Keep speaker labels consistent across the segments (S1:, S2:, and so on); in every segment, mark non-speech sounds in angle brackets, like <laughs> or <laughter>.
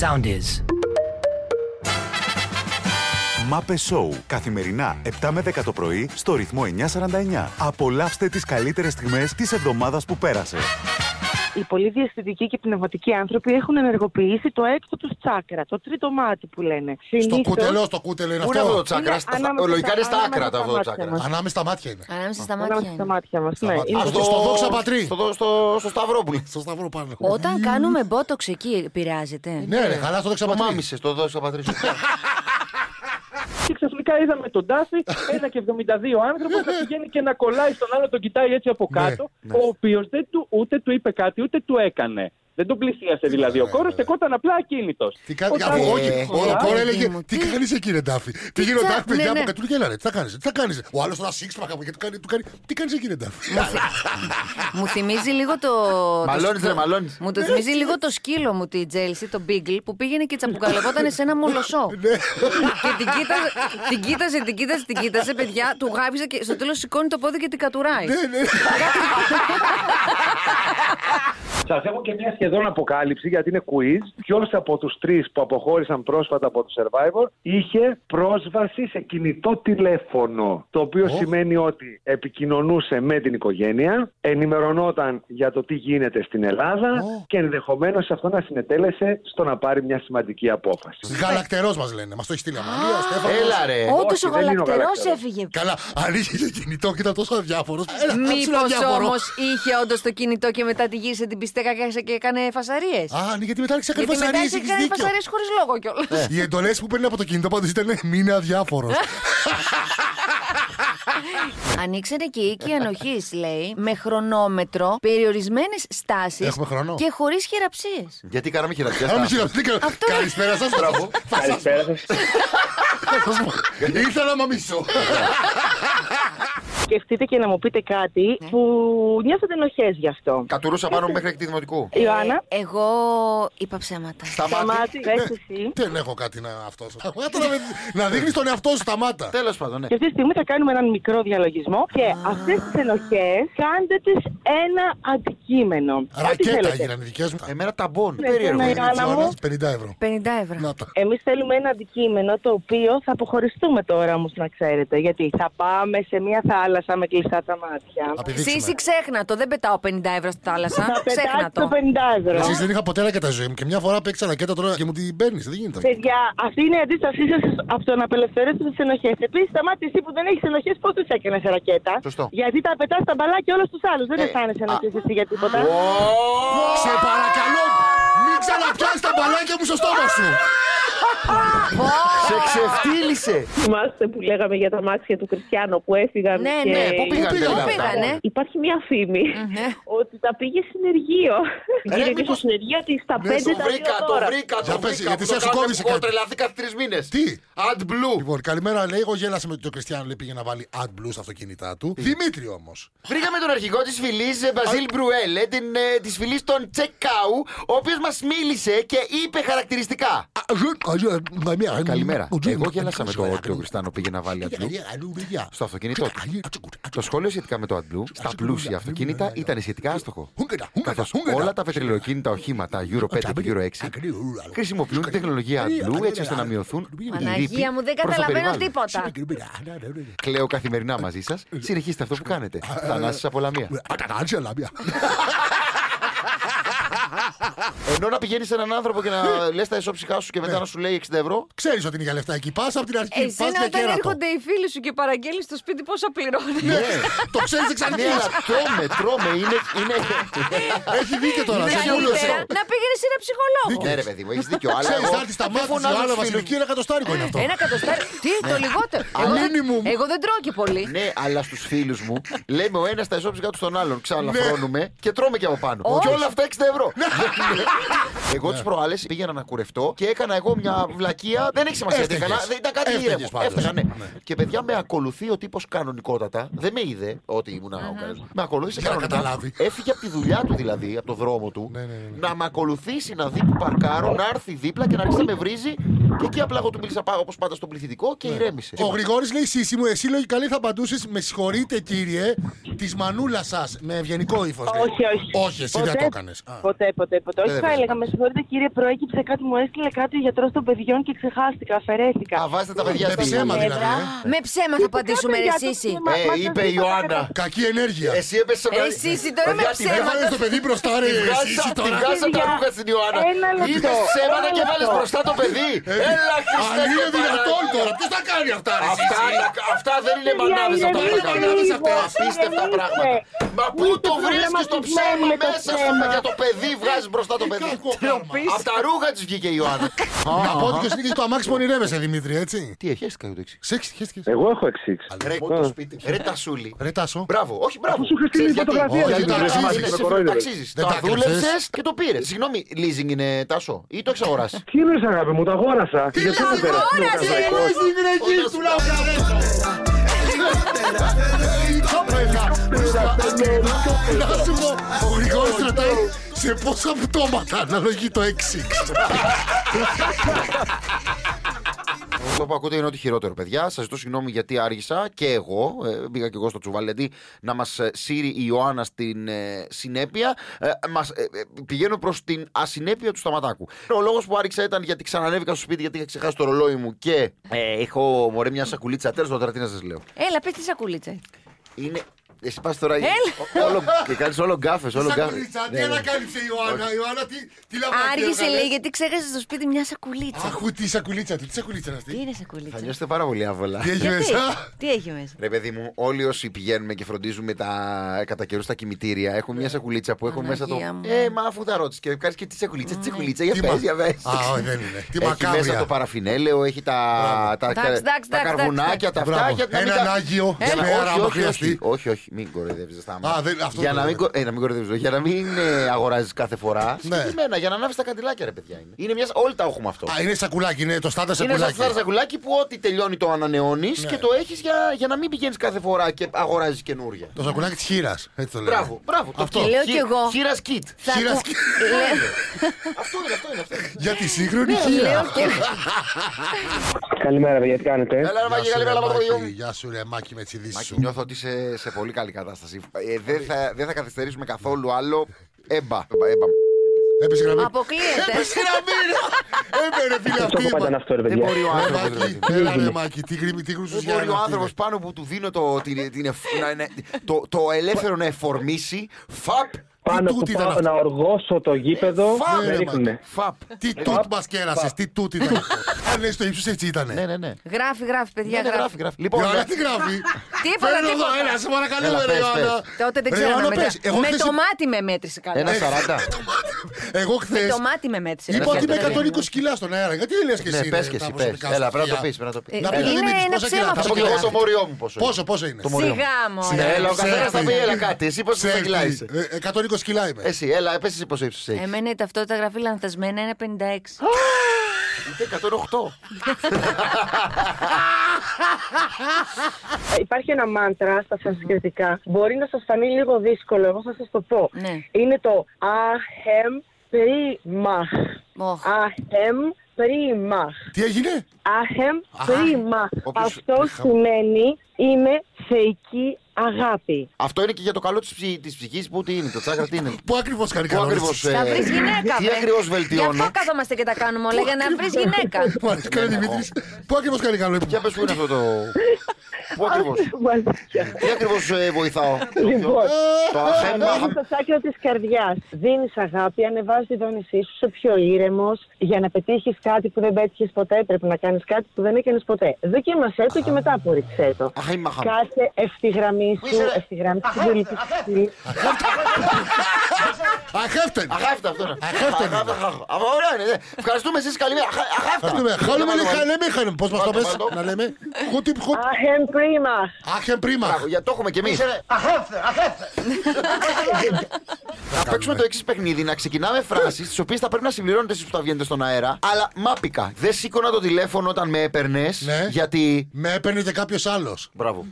S1: Sound is.
S2: Μάπε Σόου. Καθημερινά 7 με 10 το πρωί στο ρυθμό 949. Απολαύστε τις καλύτερες στιγμές της εβδομάδας που πέρασε.
S3: Οι πολύ διαστητικοί και πνευματικοί άνθρωποι έχουν ενεργοποιήσει το έκτο τους τσάκρα, το τρίτο μάτι που λένε.
S4: Στο
S3: Συνήθως-
S4: κούτελο, στο κούτελο είναι
S5: Πού είναι αυτό το
S4: αυτό.
S3: Είναι
S5: τσάκρα, στα-
S3: ανάμεσα
S5: λογικά είναι στα
S3: στα-
S5: άκρα τα
S3: ανάμεσα
S5: αυτό
S3: στα
S5: το τσάκρα.
S3: μάτια
S4: Ανάμεσα στα μάτια είναι.
S6: Ανάμεσα στα
S3: Ανάμεσα
S6: μάτια
S3: στα
S6: είναι.
S3: μάτια μας.
S4: Στα
S3: Ναι,
S4: μάτια.
S3: είναι
S4: Ας,
S3: το-
S4: στο- στο δόξα πατρί.
S5: Στο, στο, στο Σταυρόπουλο.
S4: Στο σταυρό πάνω.
S6: Όταν κάνουμε μπότοξ εκεί, πειράζεται.
S4: Ναι, ρε, καλά στο
S5: Το
S4: δεξαπατρί.
S5: μάμισε, στο δόξα <laughs> πατρί.
S7: Και ξαφνικά είδαμε
S4: <laughs>
S7: τον Τάφη, ένα και 72 άνθρωπο, να πηγαίνει και να κολλάει στον άλλο, τον κοιτάει έτσι από
S4: Ναι,
S7: κάτω, ο οποίος δεν του, ούτε του είπε κάτι, ούτε του έκανε. Δεν τον πλησίασε δηλαδή ο κόρο, στεκόταν απλά ακίνητος.
S4: Ναι, Τι κάνει,
S7: Όταν-
S4: αφού όχι.
S5: Ε,
S4: Ο Ροκόρ
S6: παιδί
S4: έλεγε
S6: μου,
S4: Τι
S6: τι-
S4: κάνεις εκεί, ρε Ντάφη. Πήγαινε ο
S6: τσα-
S4: Ντάφη,
S6: ναι,
S4: παιδιά
S6: ναι.
S4: μου, και του λέει, «Έλα, ρε, τι θα κάνεις, τι θα κάνεις. Ο άλλος ένα σύξπα κάπου και του κάνει, του κάνει, Τι κάνεις εκεί, ρε Ντάφη.
S6: <laughs> Μου θυμίζει λίγο το.
S5: Μαλώνεις,
S6: το-
S5: ρε, μαλώνεις.
S6: Μου το θυμίζει λίγο το σκύλο μου τη Τζέλση, το Μπίγκλ, που πήγαινε και τσαπουκαλευόταν σε ένα
S4: <laughs>
S6: μολοσό.
S4: Ναι.
S6: και την κοίταζε, την κοίταζε, την κοίταζε, την κοίταζε, παιδιά, του γάβιζε και στο τέλος σηκώνει το πόδι και την κατουράει.
S4: Ναι, ναι.
S7: Σας έχω και μια σχεδόν αποκάλυψη γιατί είναι quiz. Ποιο από τους τρεις που αποχώρησαν πρόσφατα από το Survivor είχε πρόσβαση σε κινητό τηλέφωνο. Το οποίο σημαίνει ότι επικοινωνούσε με την οικογένεια, ενημερωνόταν για το τι γίνεται στην Ελλάδα
S4: Ω.
S7: και ενδεχομένως αυτό να συνετέλεσε στο να πάρει μια σημαντική απόφαση.
S4: Γαλακτερός μας λένε, μας το έχεις στείλει. Αμαλία, ο Στέφανος.
S5: Έλα ρε.
S6: Όντω
S7: Ε, όχι,
S6: ο
S7: δεν είναι ο
S6: γαλακτερός
S7: Γαλακτερός.
S6: έφυγε.
S4: Καλά, ανοίγει το κινητό και ήταν τόσο αδιάφορος.
S6: Μήπω όμως είχε όντως το κινητό και μετά τη γύρισε την πιστέκα και άρχισε και έκανε φασαρίες.
S4: Α, ναι, γιατί μετά άρχισε να κάνει
S6: Γιατί μετά
S4: φασαρίες.
S6: άρχισε και έκανε
S4: Έχει δίκιο.
S6: φασαρίες χωρίς λόγο κιόλας.
S4: Οι εντολές που παίρνει από το κινητό πάντως ήταν ναι, μείνε αδιάφορο.
S6: Ανοίξανε και οι οίκοι ανοχής, λέει, με χρονόμετρο, περιορισμένες στάσεις
S4: Έχουμε χρόνο.
S6: και χωρίς χειραψίες.
S5: Γιατί κάναμε χειραξιά.
S4: Άμα
S5: στα-
S4: χειραψτήκα. Καλησπέρα σας, μπράβο. Θα σας-
S7: Καλησπέρα σας.
S4: θα σας πω. Ήθελα να μισώ.
S3: Σκεφτείτε και να μου πείτε κάτι
S5: Ναι.
S3: που νιώθετε ενοχές γι' αυτό.
S5: Κατουρούσα πάνω μέχρι εκ τη δημοτικού.
S3: Ε, Ιωάννα,
S6: εγώ είπα ψέματα.
S3: τα μάτια, πες εσύ.
S4: Δεν έχω κάτι να αυτό. σου. Σταμάτα να με- Να δείχνεις τον εαυτό σου τα μάτα.
S5: Τέλος πάντων, ναι.
S3: Και αυτή τη στιγμή θα κάνουμε έναν μικρό διαλογισμό και αυτές τις ενοχές κάντε τις ένα αντικείμενο. Ό,τι
S4: Ρακέτα
S3: θέλετε.
S4: έγιναν οι δικές μου.
S5: Εμένα ταμπών.
S3: Ναι, ναι, ναι.
S5: Περίεργο.
S3: Άννα μου.
S4: 50 ευρώ.
S6: 50 ευρώ.
S4: Να τα.
S3: Εμείς θέλουμε ένα αντικείμενο το οποίο θα αποχωριστούμε τώρα όμως να ξέρετε. Γιατί θα πάμε σε μια θάλασσα με κλειστά τα μάτια.
S4: Θα
S6: Σύση,
S4: πηδήξουμε.
S6: ξέχνα το. Δεν πετάω 50 ευρώ στη θάλασσα.
S3: Θα
S6: ξέχνα
S3: πετάξει
S6: το.
S3: το 50 ευρώ.
S4: Εσείς δεν είχα ποτέ ρακέτα ζωή μου και μια φορά παίξα ρακέτα τώρα και μου την παίρνεις. Δεν γίνεται.
S3: Παιδιά, αυτή είναι η αντίστασή σας από το να απελευθερώσετε τις ενοχές. Επίσης, τα μάτια εσύ που δεν έχεις ενοχές, πώς τι έκανε σε ρακέτα.
S5: Σωστό.
S3: Γιατί τα πετάς στα μπαλάκια όλου τους άλλους. Δεν
S5: Ε,
S3: αισθάνεσαι
S5: α.
S3: ενοχές εσύ για τίποτα.
S4: Σε παρακαλώ, μην ξαναπιάσει τα μπαλάκια μου στο στόμα σου.
S5: Σε ξεφτύλισε.
S8: Θυμάστε που λέγαμε για τα μάξια του Κριστιανού που έφυγαν.
S6: Ναι,
S8: και...
S4: Ε,
S6: ναι.
S5: Πού
S4: πήγανε
S5: πήγανε
S4: όλα
S6: Το
S4: αυτά.
S5: αυτά.
S6: πήγανε.
S8: Υπάρχει μια φήμη
S6: Ναι.
S8: ότι τα πήγε συνεργείο. Γύρω
S5: μήπως-
S8: στο συνεργείο ότι στα
S4: Ναι,
S8: πέντε
S5: Το
S8: τα
S5: βρήκα,
S8: βρήκα
S5: το βρήκα,
S4: Για
S5: το
S4: πες,
S5: βρήκα.
S4: γιατί
S5: Αυτό
S4: σε
S5: κάνουμε
S4: σκόβησε
S5: που έχω
S4: κάτι.
S5: τρελαθεί κάθε τρεις μήνες.
S4: Τι?
S5: Ad Blue.
S4: Λοιπόν, καλημέρα, λέει. Εγώ γέλασα με τον Κριστιανό, λέει πήγε να βάλει ad blue στα αυτοκίνητά του. Δημήτρη όμως.
S5: Βρήκαμε τον αρχηγό ε, της φυλής Μπαζίλ Μπρουέλε, της φυλής των Τσεκάου, ο οποίος μας μίλησε και είπε χαρακτηριστικά. Καλημέρα. Εγώ γέλασα με τον Όριο Κριστάνο πήγε να βάλει AdBlue στο αυτοκίνητό του. Το σχόλιο σχετικά με το AdBlue στα πλούσια αυτοκίνητα ήταν σχετικά άστοχο. Καθώς όλα τα πετρελαιοκίνητα οχήματα Euro 5 και Euro 6 χρησιμοποιούν την τεχνολογία AdBlue έτσι ώστε να μειωθούν οι
S6: Παναγία
S5: λύποι
S6: μου, δεν
S5: προς το
S6: καταλαβαίνω
S5: περιβάλλον.
S6: τίποτα.
S5: Κλαίω καθημερινά μαζί σας. Συνεχίστε αυτό που κάνετε. Θανάσης από Λαμία.
S4: Ε,
S5: Ενώ να πηγαίνεις σε έναν άνθρωπο και να λες τα ισόψυχά σου και μετά να σου λέει 60 ευρώ.
S4: Ξέρεις ότι είναι για λεφτά εκεί. Πας από την αρχή.
S6: Εσύ
S4: Πας για
S6: Ε, όταν
S4: κέρατο.
S6: έρχονται οι φίλοι σου και παραγγέλνεις στο σπίτι πόσα πληρώνεις.
S4: Ναι, Το ξέρεις εξαρτή.
S5: Ναι, αλλά τρώμε, τρώμε. Είναι. είναι...
S4: Έχει δίκιο τώρα. Σε βούλωσε.
S6: Καλύτερα να πηγαίνει σε ένα ψυχολόγο.
S5: Ναι, ρε παιδί μου, έχεις δίκιο. Αλλά
S4: Ξέρεις,
S5: εγώ
S4: θα έρθεις στα
S5: δεν
S4: μάτια του
S5: φωνάζω
S4: άλλο
S5: τους
S4: βασιλική
S5: φίλους.
S4: ένα κατοστάρικο είναι
S5: Ε,
S4: αυτό.
S6: Ένα εκατοστάρι. Τι,
S4: Ναι.
S6: το λιγότερο. Εγώ δεν-
S4: Minimum.
S6: Εγώ δεν τρώω και πολύ.
S5: Ναι, αλλά στους φίλους μου λέμε ο ένας τα ισόψυχα του στον άλλον. Ξαναφρώνουμε και τρώμε και από πάνω.
S6: Όχι.
S5: Και όλα αυτά 60 ευρώ. Ναι. Εγώ
S4: Ναι.
S5: τις προάλλες πήγαινα να κουρευτώ και έκανα εγώ μια βλακεία. Δεν έχει σημασία τι
S4: Έφταιγες.
S5: έκανα. Δεν ήταν κάτι
S4: Έφταιγες
S5: ήρεμο.
S4: πάντως.
S5: Έφταγα, ναι.
S4: Ναι.
S5: Και παιδιά με ακολουθεί ο τύπος κανονικότατα. Δεν με είδε ότι ήμουν ο κανένα. Με ακολούθησε
S4: Για να
S5: κανονικά.
S4: καταλάβει.
S5: Έφυγε από τη δουλειά του δηλαδή, από το δρόμο του.
S4: Ναι, ναι, ναι.
S5: Να με ακολουθήσει να δει που παρκάρω, να έρθει δίπλα και να αρχίσει να με βρίζει. Και εκεί απλά εγώ του μίλησα όπως πάντα στον πληθυντικό και ηρέμησε.
S4: Ναι. Ο Γρηγόρης λέει: Σύση μου, εσύ λέει καλή θα απαντούσες. Με συγχωρείτε, κύριε, της μανούλας σας. Με ευγενικό ύφος.
S3: Όχι, όχι.
S4: Όχι, εσύ δεν
S3: Ποτέ-
S4: το έκανες.
S3: Ποτέ ποτέ, ποτέ, ποτέ. Όχι,
S5: δεν
S3: θα
S5: έπαιζε.
S3: έλεγα, με συγχωρείτε κύριε, προέκυψε κάτι, μου έστειλε κάτι ο γιατρός των παιδιών και ξεχάστηκα, αφαιρέθηκα.
S5: Α, βάζετε τα παιδιά
S4: Με
S5: στα
S4: ψέμα
S5: ύπνια.
S4: δηλαδή. ε.
S6: Με ψέμα θα απαντήσουμε, ρε Σύση.
S3: Μα- μα-
S5: Ε, είπε η Ιωάννα.
S4: Κακή ενέργεια.
S5: Εσύ έπεσε στο
S6: Ε, Σύση, τώρα
S5: Παιδιά,
S6: με
S5: τη
S6: ψέματα.
S4: Έβαλε το παιδί μπροστά, ρε.
S5: Τη βγάζα-
S4: Εσύ
S5: τη
S4: τώρα.
S5: βγάζα από τα
S3: Παιδιά,
S5: ρούχα στην Ιωάννα.
S3: ένα λεπτό,
S5: Είπε ψέματα
S3: ένα
S5: και βάλες
S3: λεπτό.
S5: μπροστά το παιδί. Έλα, Χριστέ.
S4: Αν είναι
S5: και
S4: δυνατόν
S5: Παναγία.
S4: τώρα, ποιος θα κάνει αυτά, ρε.
S5: Αυτά,
S4: Σύση.
S5: αυτά δεν είναι
S3: Παιδιά,
S5: μανάδες αυτά
S3: ηρεμήστε
S5: που κάνεις.
S3: λίγο,
S5: αυτά. Απίστευτα
S3: ηρεμήστε.
S5: πράγματα. Μα πού
S3: Είστε
S5: το βρίσκεις το
S3: προβληματισμένοι
S5: ψέμα
S3: με το
S5: μέσα σου
S3: ψέμα.
S5: για το παιδί βγάζεις μπροστά το παιδί.
S4: κακό πράγμα.
S5: Από τα ρούχα της βγήκε η Ιωάννα.
S4: Να πω ότι και συνήθως το αμάξι πονηρεύεσαι, Δημήτρη, έτσι.
S5: Τι έχεις κάνει το εξής.
S4: Σε
S3: Ε-
S4: χέστηκες.
S7: Εγώ έχω εξήξει.
S5: Ρε το σπίτι. Ρε τασούλη.
S4: Ρε Τάσο.
S5: Μπράβο, όχι μπράβο.
S7: σου είχα στείλει
S5: Ξέρεις γιατί?
S7: φωτογραφία,
S5: Όχι,
S4: γιατί
S5: το
S4: το
S5: αξίζεις,
S4: αξίζεις,
S5: είναι
S7: το
S5: σε-
S7: κοροϊδεύε.
S5: το αξίζεις.
S4: Δεν
S5: Τα
S4: τα έκανες.
S5: δούλεψες και το πήρες. Συγγνώμη, leasing είναι τάσο ή το έχεις αγοράσει.
S7: Τι είναι αγάπη μου, το αγόρασα. Τι
S6: αγόρασε, ρε,
S4: Στην γυναική του Να σου πω, ο Γρηγόρης κρατάει σε πόσα πτώματα αναλογεί το 6
S5: Αυτό που ακούτε είναι ότι χειρότερο, παιδιά. Σας ζητώ συγγνώμη γιατί άργησα και εγώ. Ε, μπήκα και εγώ στο τσουβάλι. Γιατί να μας σύρει η Ιωάννα στην ε, συνέπεια, ε, μας, ε, ε, πηγαίνω προς την ασυνέπεια του Σταματάκου. Ο λόγος που άργησα ήταν γιατί ξανανέβηκα στο σπίτι γιατί είχα ξεχάσει το ρολόι μου και ε, έχω μωρέ μια σακουλίτσα. Τέλος τώρα τι να σας λέω.
S6: Έλα, πες τη σακουλίτσα.
S5: Είναι. Εσύ πας τώρα.
S6: Έλα.
S5: ο- όλο, και κάνεις όλο γκάφες. Όλο Ναι, γκάφε.
S4: Σακουλίτσα, τι ανακάλυψε η Ιωάννα, η Ιωάννα τι, τι λαμπάκι
S6: Άργησε,
S4: έβγαλες.
S6: λέει, γιατί ξέχασες στο σπίτι μια σακουλίτσα.
S4: Άκου τη σακουλίτσα του, τι σακουλίτσα είναι
S6: Τι
S4: αυτή
S6: είναι
S5: Θα
S6: σακουλίτσα.
S5: νιώσετε πάρα πολύ άβολα.
S4: Τι έχει
S6: Γιατί,
S4: μέσα
S6: τι έχει μέσα.
S5: Ρε παιδί μου, όλοι όσοι πηγαίνουμε και φροντίζουμε τα, κατά καιρούς τα κημητήρια έχουν μια σακουλίτσα που έχουν μέσα το.
S6: Παναγία Ναι. μου. Ναι.
S5: Ε, μα αφού τα ρώτησε και κάνεις και τη σακουλίτσα, τη σακουλίτσα, για
S4: Τι
S5: πες,
S4: μα-
S5: για πες.
S4: Α, όχι, δεν είναι. Τι
S5: Έχει μέσα
S4: μακάβρια.
S5: το παραφινέλαιο, έχει τα, τα,
S6: Εντάξει, εντάξει,
S5: τα
S6: εντάξει,
S5: καρβουνάκια,
S6: εντάξει.
S5: τα αυτά.
S4: Μπράβο.
S5: για να μην
S4: Έναν
S5: τα-
S4: Άγιο
S5: Για να-
S4: σπέρα,
S5: όχι,
S4: άμα
S5: όχι, όχι,
S4: χρειαστεί.
S5: όχι, όχι, μην κοροϊδεύεις.
S4: Α, δεν- αυτό
S5: Για
S4: το
S5: να μην,
S4: λέμε.
S5: κο- ε, να μην κοροϊδεύεις, όχι, για να μην ε, αγοράζεις κάθε φορά.
S4: Ναι.
S5: Συγκεκριμένα, για να ανάβεις τα καντιλάκια, ρε παιδιά. Είναι, είναι μιας, όλοι τα έχουμε αυτό.
S4: Α, είναι σακουλάκι, είναι το στάντα
S5: Είναι σαν
S4: σακουλάκι. Ναι.
S5: ένα σακουλάκι που ό,τι τελειώνει το ανανεώνεις και το έχεις για, για να μην πηγαίνεις κάθε φορά και αγοράζεις καινούρια.
S4: Το σακουλάκι της χείρας. Έτσι το λέμε.
S5: Μπράβο, μπράβο. το
S4: Αυτό.
S5: kit.
S6: Λέω
S5: Ε, Χι-
S6: κι εγώ.
S5: Χείρας kit.
S6: Θα
S4: Χείρας
S6: ακου-
S4: και-
S6: Λέω-
S5: Αυτό είναι, αυτό είναι. Αυτό
S4: <laughs>
S5: είναι.
S4: Για τη σύγχρονη
S6: Λέω
S4: χείρα.
S6: και
S7: Καλημέρα, παιδιά, τι κάνετε.
S5: Έλα, ρε
S4: Γεια
S5: Μάκη,
S4: σου,
S5: καλή
S4: ρε,
S5: μέρα,
S4: Μάκη.
S5: Μάκη.
S4: Γεια σου, ρε Μάκη, με τις ειδήσεις
S5: Μάκη,
S4: σου.
S5: νιώθω ότι είσαι σε πολύ καλή κατάσταση. Ε, δεν, θα, δεν θα καθυστερήσουμε καθόλου άλλο. Έμπα. έμπα, έμπα.
S4: Έπεσε γραμμή.
S6: Αποκλείεται.
S4: Έπεσε γραμμή. Έπαιρε, φίλε
S7: Αυτό που πάντα είναι
S4: αυτή.
S7: αυτό, ρε
S5: Δεν
S7: παιδιά.
S5: μπορεί ο
S4: Ρε
S5: άνθρωπος.
S4: Μάκη, έλα ρε Μάκη, τι γρήμη, τι γρούσους
S5: Δεν
S4: για
S5: μπορεί ο
S4: να
S5: άνθρωπο πάνω που του δίνω το, την, την εφ- να είναι- το, το ελεύθερο να εφορμήσει. Φαπ.
S7: Πάνω
S4: τούτη
S7: που
S4: ήταν
S7: πάω
S4: αυτό.
S7: να οργώσω το γήπεδο,
S5: Φάμε,
S7: με
S4: ρε,
S7: ρίχνουνε.
S5: Φαπ.
S4: Τι τούτ μας κέρασες, τι τούτ ήταν αυτό. Αν λες το ύψος έτσι
S5: Ναι,
S4: ήτανε.
S5: ναι, ναι.
S6: Γράφει, γράφει, παιδιά.
S5: Ναι, ναι, γράφει,
S6: Γράφει.
S5: γράφει.
S4: Η
S5: Λοιπόν,
S4: Ιωάννα
S5: ναι. λοιπόν.
S4: τι γράφει.
S6: Τίποτα,
S4: Φέρνω εδώ,
S6: τίποτα.
S4: έλα, σε παρακαλώ,
S5: Έλα,
S4: ρε
S5: πες,
S4: Ιωάννα.
S6: Τότε δεν
S4: Ρε,
S6: ξέρω.
S4: Ιωάννα,
S6: με
S4: πες,
S6: τα-
S4: εγώ
S6: Με
S4: χθες-
S6: το μάτι με μέτρησε καλά. Ε,
S5: Ένα 40.
S4: Εγώ
S6: Με
S4: χθες
S6: το μάτι με μέτρησε.
S4: είπα
S6: καλά.
S4: ότι είμαι
S5: Ναι, ναι, ναι.
S4: 120 κιλά στον αέρα. Γιατί δεν λες και εσύ
S5: Ναι,
S4: ρε,
S5: πε και
S4: τα
S5: εσύ. πες.
S4: προσωπικά σου
S5: Έλα, πρέπει να το
S4: στοιχεία.
S5: πεις. Πρέπει να το πεις.
S6: Ε,
S4: Να πεις
S6: Είναι
S4: Δημήτρης,
S6: ένα
S4: πόσα
S6: ψέμα
S4: κιλά,
S5: Θα
S6: αυτό
S5: πω
S6: που
S5: και εγώ το
S6: γράφει.
S5: μόριό μου πόσο. είναι.
S4: Πόσο, πόσο είναι.
S5: Το μωρό.
S6: Σιγά μου.
S4: Σιγά.
S5: Ναι, έλα, ο
S4: Ξέρω,
S5: καθένας θα πει,
S4: παιδί.
S5: έλα κάτι. Εσύ πόσο θα
S4: Ψεύτη.
S5: κιλά είσαι.
S4: Ε, 120 κιλά είμαι.
S5: Εσύ, έλα, πες εσύ πόσο ύψος έχεις.
S6: Εμένα η ταυτότητα γραφεί λανθασμένα είναι 56.
S5: Είτε 108.
S3: Ε, Υπάρχει ένα μάντρα στα σανσκριτικά. Μπορεί να σας φανεί λίγο δύσκολο, εγώ θα σας το πω.
S6: Ναι.
S3: Είναι το αχεμ πρίμα.
S6: Οχ.
S3: Αχεμ πρίμα.
S4: Τι έγινε.
S3: Άχεμ πρίμα.
S5: όποιος-
S3: Αυτό σημαίνει είναι θεϊκή αγάπη.
S5: Αυτό είναι και για το καλό της, ψυχ- της ψυχής που τι είναι, το τσάκρα τι είναι.
S4: Πού ακριβώς κάνει
S5: Πού
S4: καλό.
S5: ακριβώς...
S6: Θα
S5: ε,
S6: βρει γυναίκα.
S5: Τι
S6: βρε.
S5: ακριβώς
S6: Γι' αυτό
S5: βελτιώνω.
S6: κάθομαστε και τα κάνουμε όλα, για να βρεις γυναίκα.
S4: Μου
S5: Ναι,
S4: αρέσει καλά, Δημήτρης. Πού ακριβώς κάνει καλό.
S5: Για πες που είναι αυτό το... Πού ακριβώς.
S3: Μάλιστα.
S5: Τι ακριβώς ε, βοηθάω.
S3: Λοιπόν,
S5: Το Ε, αχέμα...
S3: Ανέβει στο σάκρο της καρδιάς. Δίνεις αγάπη, ανεβάζεις τη δόνησή σου, είσαι πιο ήρεμος. Για να πετύχεις κάτι που δεν πέτυχες ποτέ, πρέπει να κάνεις κάτι που δεν έκανες ποτέ. Δοκίμασέ το και μετά απορρίψέ το.
S5: Αχέμα χαμ. <laughs>
S3: Κάθε ευθυγραμμή σου, ευθυγραμμή σου
S5: ε,
S3: βελτιστή.
S4: Αχέφτεν.
S5: Αχάφτα αυτό είναι.
S4: Αχάφτα είναι.
S5: Αχάφτα, αχάφτα. Αφού, ωραία είναι. ναι. Ευχαριστούμε εσείς καλή μέρα. Αχά- Αχάφτα.
S4: Χάνουμε, χάνουμε,
S5: Για να το
S4: χάνουμε, χάνουμε. Πώς μας το
S5: Πάμε,
S4: πες,
S5: πάμε.
S4: να λέμε. Χουτιπ, χουτ.
S3: Αχεν ε, πρίμα.
S4: Άχεν πρίμα.
S5: βάλουμε. Για το έχουμε κι εμείς. Να παίξουμε το εξή παιχνίδι, να ξεκινάμε φράσεις τις οποίες θα πρέπει να συμπληρώνετε εσείς που θα βγαίνετε στον αέρα. Αλλά μάπικα. Δεν σήκωνα το τηλέφωνο όταν με έπαιρνες.
S4: Ναι.
S5: Γιατί.
S4: Με έπαιρνε και κάποιος άλλος.
S5: Μπράβο.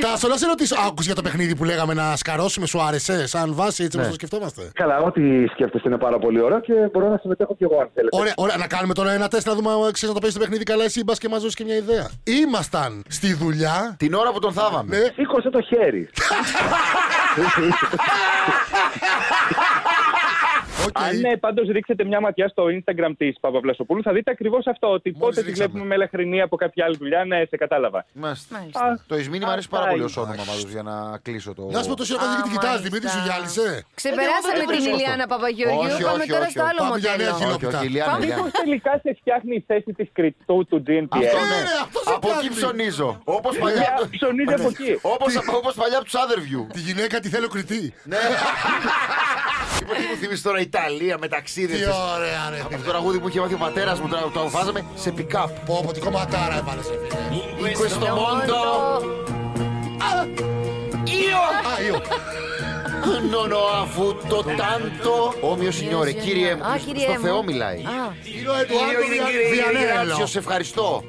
S4: Τάσο, να σε ρωτήσω, άκουσες για το παιχνίδι που λέγαμε να σκαρώσουμε, σου άρεσε, σαν βάση έτσι όπως το σκεφτόμαστε.
S7: Καλά, ό,τι σκέφτεστε είναι πάρα πολύ ωραίο και μπορώ να συμμετέχω κι εγώ αν θέλετε.
S4: Ωραία, ωραία, να κάνουμε τώρα ένα τεστ να δούμε αν ξέρεις να το παίζεις το παιχνίδι καλά. Εσύ μπας και μας δώσεις και μια ιδέα. Ήμασταν στη δουλειά.
S5: Την ώρα που τον θάβαμε.
S4: Ναι.
S7: Σήκωσε το χέρι.
S4: Οκ.
S1: Αν ε, πάντως ρίξετε μια ματιά στο Instagram της Παπαπλασοπούλου, θα δείτε ακριβώς αυτό. Ότι
S4: Μόλις
S1: πότε τη
S4: ρίξαμε.
S1: βλέπουμε με ελεχρινή από κάποια άλλη δουλειά. Ναι, σε κατάλαβα.
S5: Μάλιστα.
S6: Μάλιστα.
S1: Α,
S5: Το Ισμήνη μου αρέσει πάρα
S1: Αυτά
S5: πολύ
S1: είναι.
S5: ω όνομα πάντω για να κλείσω το.
S4: Να σου πω το
S6: Α,
S4: σιροκαδί και την κοιτάς,
S6: μάλιστα.
S4: Δημήτρη, σου γυάλισε.
S5: Ε,
S6: Ξεπεράσαμε
S5: εγώ δεν
S6: την
S5: βρίσκω
S6: Ηλιάνα
S5: αυτό.
S6: Παπαγεωργίου.
S5: Όχι,
S6: Πάμε
S5: όχι,
S6: τώρα
S5: όχι,
S6: στο
S5: όχι.
S6: άλλο
S4: Πάμε για νέα
S6: μοντέλο.
S4: χιλό.
S5: Όχι, όχι, Ηλιάνα,
S6: Πάμε
S5: Ηλιάνα.
S4: Ναι,
S1: Μήπως τελικά σε φτιάχνει η θέση της κριτού
S5: Αυτό
S1: του GNPL.
S5: ναι.
S4: ναι, αυτό σε
S5: Από εκεί
S4: πιάνει.
S5: ψωνίζω. Όπως παλιά.
S1: Παιδιά, Ψωνίζει από εκεί.
S5: Όπως, όπως παλιά από τους άδερβιου.
S4: Τη γυναίκα τη θέλω κριτή.
S5: ναι. Λοιπόν, τι μου θυμίζει τώρα Ιταλία με ταξίδε.
S4: Τι ωραία, ρε.
S5: Από
S4: φίλε.
S5: το τραγούδι που είχε μάθει ο πατέρας μου, τώρα το αποφάσαμε σε pick-up.
S4: Πω, πω, τι κομματάρα έβαλες, ρε φίλε.
S5: In questo mondo io
S4: Α, ίο.
S5: non ho avuto tanto. Όμοιο
S6: Signore.
S5: Σινιόρε, κύριε μου,
S6: Α, κύριε
S5: στο
S6: μου.
S5: Θεό μιλάει.
S6: Α,
S4: Είναι ο Εντουάρντο
S5: Κύριο είναι κύριε Γεράτσιο,
S4: Διανέλο.
S5: σε ευχαριστώ.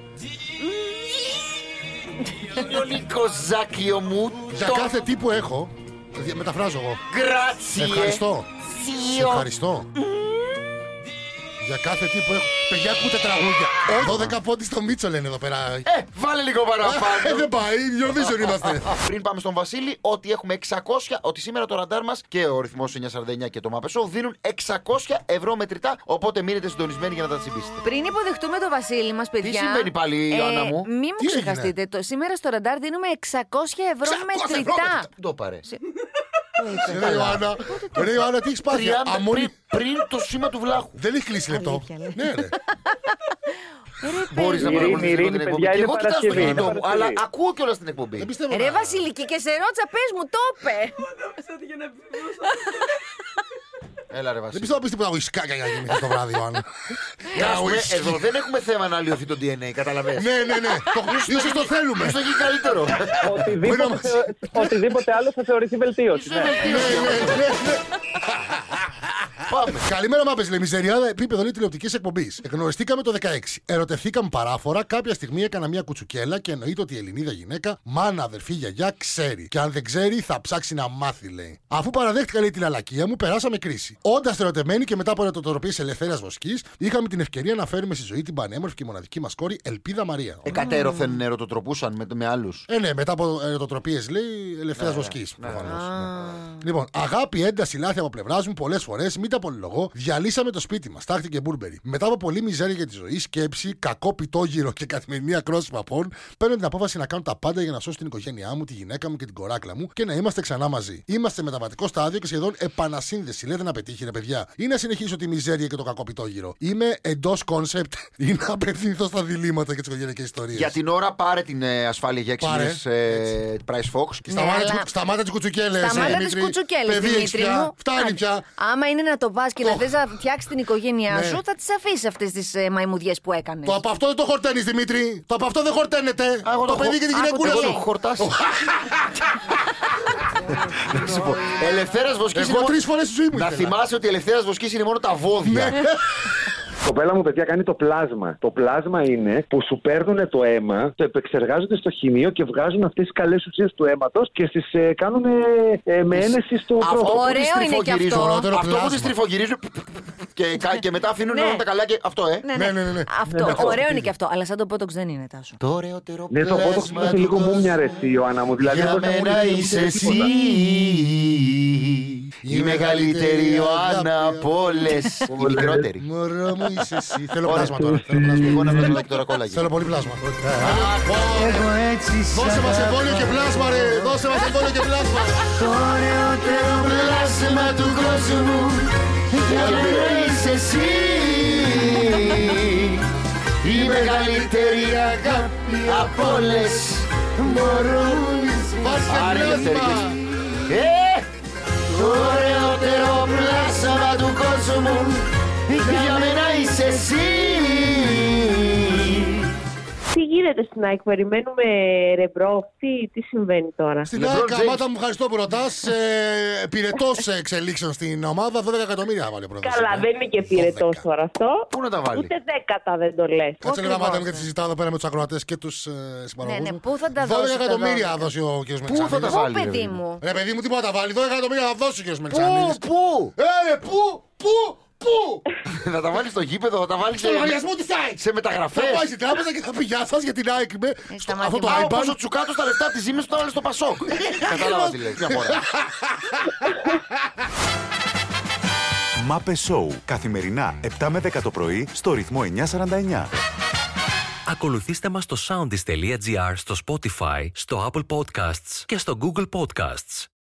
S5: Είναι ο Νίκο Ζάκιο μου.
S4: Για
S5: το
S4: κάθε τι που έχω, δι- μεταφράζω εγώ.
S5: γκράτσιε.
S4: Ευχαριστώ. Σε
S5: Σιο.
S4: ευχαριστώ. Για κάθε τι που έχω. Παιδιά, ακούτε τραγούδια. 12 πόντι στο Μίτσο λένε εδώ πέρα.
S5: Ε, βάλε λίγο
S4: Ε,
S5: παραπάνω.
S4: δεν πάει, Eurovision είμαστε.
S5: Πριν πάμε στον Βασίλη, ότι έχουμε 600, ότι σήμερα το ραντάρ μας και ο ρυθμός 949 και το Μαπεσό δίνουν 600 ευρώ μετρητά. Οπότε μείνετε συντονισμένοι για να τα τσιμπήσετε.
S6: Πριν υποδεχτούμε το Βασίλη μας, παιδιά.
S5: συμβαίνει πάλι, Άννα μου?
S6: Μην μου
S4: Τι έγινε?
S6: ξεχαστείτε. Το, σήμερα στο ραντάρ δίνουμε 600
S4: 600
S6: ευρώ
S4: ευρώ
S6: μετρητά.
S5: Δεν το πάρε.
S4: Ρε Ιωάννα, ρε Ιωάννα, τι έχεις πάθει.
S5: 30
S4: Αμόνι.
S5: πριν, πριν το σήμα του βλάχου.
S4: Δεν έχεις κλείσει λεπτό. Ναι, ρε.
S6: Ε,
S5: Μπορείς να
S1: Ειρήνη,
S5: παρακολουθείς λίγο
S1: Ειρήνη,
S5: την εκπομπή.
S1: παιδιά,
S5: Και
S1: είναι
S5: εγώ κοιτάω στο
S1: Παρασκευή, είναι
S5: κινητό μου, αλλά
S1: Παρασκευή.
S5: ακούω κιόλας την εκπομπή.
S4: Δεν πιστεύω.
S6: Ρε
S4: να-
S6: Βασιλική και σε ρώτσα, πες μου, το είπε.
S5: Έλα ρε
S4: Δεν
S5: Βασίλη.
S4: πιστεύω να πεις τίποτα γουισκάκια για να γίνει αυτό το βράδυ, Ιωάννα.
S5: Να σου πω,
S4: Καουίσκι.
S5: Εδώ δεν έχουμε θέμα να αλλοιωθεί το DNA, καταλαβες.
S4: Ναι, ναι, ναι. Το- Ίσως το θέλουμε.
S5: Ίσως το έχει καλύτερο.
S4: Μπορεί να
S1: Οτιδήποτε,
S4: μας-
S1: θεω- οτιδήποτε άλλο θα θεωρηθεί βελτίωση. ναι.
S5: Πάμε.
S4: Καλημέρα, Μάπες. Λέει μιζεριάδα επίπεδο λέει τηλεοπτικής εκπομπής. Γνωριστήκαμε το 16. Ερωτευθήκαμε παράφορα. Κάποια στιγμή έκανα μια κουτσουκέλα και εννοείται ότι η Ελληνίδα γυναίκα, μάνα, αδερφή, γιαγιά, ξέρει. Και αν δεν ξέρει, θα ψάξει να μάθει, λέει. Αφού παραδέχτηκα, λέει, την αλακία μου, περάσαμε κρίση. Όντας ερωτεμένη και μετά από ερωτοτροπίε ελευθερία βοσκής, είχαμε την ευκαιρία να φέρουμε στη ζωή την πανέμορφη και μοναδική μας κόρη Ελπίδα Μαρία.
S5: Ε, Εκατέρωθεν νεροτοτροπούσαν με, με άλλους.
S4: Ε, ναι, μετά από ερωτοτροπίες, λέει, ελευθερία βοσκή.
S6: Α,
S4: Λοιπόν, αγάπη, ένταση, λάθη από πλευράς μου πολλές φορές, μην τα πολυλογώ. Διαλύσαμε το σπίτι μας, τάχτηκε Μπούρμπερι. Μετά από πολλή μιζέρια για τη ζωή, σκέψη, κακό πιτόγυρο και καθημερινή ακρόση παπών, παίρνω την απόφαση να κάνω τα πάντα για να σώσω την οικογένειά μου, τη γυναίκα μου και την κοράκλα μου και να είμαστε ξανά μαζί. Είμαστε μεταβατικό στάδιο και σχεδόν επανασύνδεση. Λέτε να πετύχει, ρε παιδιά. Ή να συνεχίσω τη μιζέρια και το κακό πιτόγυρο. Είμαι εντός κόνσεπτ <laughs> ή να απευθυνθώ στα διλήμματα και τις οικογενειακές ιστορίες.
S5: Για την ώρα πάρε την ε, ασφάλεια για
S4: Πάρε,
S5: έξυπνες ε, Price Fox.
S4: Και σταμάτα,
S6: Ναι,
S4: τις
S6: αλλά-
S4: κου- σταμάτα ε, τι κουτσουκέλε.
S6: Σταμάτα τις κουτσουκέλε, Δημήτρη μου.
S4: Φτάνει
S6: Άντε.
S4: πια.
S6: Άμα είναι να το πα και να
S4: Ωχ.
S6: θες να φτιάξεις την οικογένειά
S4: Ναι.
S6: σου, θα τις αφήσεις αυτές τις μαϊμουδιέ ε, που έκανες.
S4: Το από αυτό δεν το χορταίνεις Δημήτρη. Το από αυτό δεν χορταίνεται.
S5: Α, εγώ
S4: το
S5: το
S4: παιδί
S5: χο-
S4: και τη
S6: Άκου,
S4: γυναικούλα
S5: Εγώ
S6: εγώ
S5: το
S6: το
S5: έχω
S4: σου.
S6: έχω
S5: χορτάσει. Να σου πω. Ελευθέρας Βοσκής είναι
S4: Εγώ
S5: μόνο-
S4: τρεις φορές στη ζωή μου.
S5: Να
S4: ήθελα.
S5: θυμάσαι ότι η ελευθέρας βοσκής είναι μόνο τα βόδια.
S7: κοπέλα μου, παιδιά, κάνει το πλάσμα. Το πλάσμα είναι που σου παίρνουν το αίμα, το επεξεργάζονται στο χημείο και βγάζουν αυτές τις καλές ουσίες του αίματος και στις ε, κάνουν ε, ε, με ένεση στο
S5: Αυτό
S7: πρόσωπο.
S5: που
S6: Ωραίο
S5: τις
S6: είναι και
S5: τρυφογυρίζουν-
S6: αυτό.
S4: Ωραίο
S5: Αυτό που
S4: πλάσμα.
S5: τη τριφογυρίζουν και, κα- και μετά αφήνουν
S6: Ναι.
S5: όλα τα καλά και αυτό, ε.
S4: Ναι, ναι, ναι, ναι.
S6: Αυτό. Ωραίο είναι και αυτό. Αλλά σαν το Botox δεν είναι, Τάσο.
S5: Το ωραιότερο
S7: Ναι, το πόδο
S5: πλάσμα
S7: μου είναι λίγο
S5: του
S7: μούμια
S5: κόσμου.
S7: ρε εσύ, Ιωάννα μου. Δηλαδή,
S5: Για
S7: δεν μπορεί να
S5: μένα
S7: μου λειτουργεί
S5: είσαι εσύ
S7: τίποτα.
S5: η μεγαλύτερη Ιωάννα από όλες. Η μικρότερη.
S4: Μωρό μου είσαι εσύ. Θέλω
S5: Ωραία. λοιπόν,
S4: πλάσμα τώρα. Θέλω πλάσμα.
S5: Εγώ να βλέπω και τώρα κόλλαγε.
S4: Θέλω πολύ πλάσμα. Ε, Δώσε μας εμβόλιο και πλάσμα ρε. Δώσε μας εμβόλιο και πλάσμα.
S5: πλάσμα του κόσμου για μένα είσαι εσύ η μεγαλύτερη αγάπη από όλες Άρη
S4: Βάστε
S5: Λευτέρη
S4: πλάσμα.
S5: Ε! Το ωραιότερο πλάσμα του κόσμου για μένα είσαι εσύ
S8: Τι γίνεται στην ΑΕΚ, περιμένουμε ρεμπρό, τι, τι συμβαίνει τώρα.
S4: Στην
S5: LeBron
S4: ΑΕΚ,
S5: James.
S4: μάτα μου, ευχαριστώ που ρωτάς. Ε, πυρετός εξελίξεων στην ομάδα, 12 εκατομμύρια βάλει ο πρόεδρος.
S8: Καλά,
S4: Ε,
S8: δεν είναι και
S4: 12.
S8: πυρετός τώρα αυτό.
S5: Πού να τα βάλει?
S8: Ούτε δέκατα δεν το λες.
S4: Κάτσε
S6: Ακριβώς,
S4: λίγα μάτια μου γιατί
S6: ναι.
S4: συζητάω εδώ πέρα με τους ακροατές και τους ε, συμπαραγωγούς
S6: Ναι, ναι,
S4: μου.
S6: πού θα τα δώσει τα
S4: εκατομμύρια
S6: 12.
S4: θα δώσει ο κ. Μεξάνη.
S5: Πού θα τα
S6: Πού,
S5: βάλει ρε,
S6: παιδί
S5: παιδί.
S6: μου.
S4: Ρε παιδί μου, τίποτα θα βάλει. 12 εκατομμύρια θα δώσει ο κ. Μεξάνη.
S5: Πού, πού
S4: Ε, ρε, πού, πού, πού.
S5: <laughs> Θα τα βάλεις στο γήπεδο, θα τα βάλεις
S4: Στο λογαριασμό της ΑΕΚ.
S5: σε
S4: Θα πάει
S5: μεταγραφές
S4: στην τράπεζα και θα πει γεια σας για την ΑΕΚ. Με στο,
S6: σταμάτη
S4: αυτό το
S6: μου.
S5: Α,
S4: iPad.
S5: Όπως ο Τσουκάτος τα λεφτά της ζήμης του τα βάλει στο
S4: <laughs>
S5: Πασόκ.
S4: Λοιπόν,
S5: Κατάλαβα τι λέει. Μια φορά.
S2: Μάπε Σόου. Καθημερινά 7 με 10 το πρωί στο ρυθμό 949.
S9: Ακολουθήστε μας στο soundis.gr, στο Spotify, στο Apple Podcasts και στο Google Podcasts.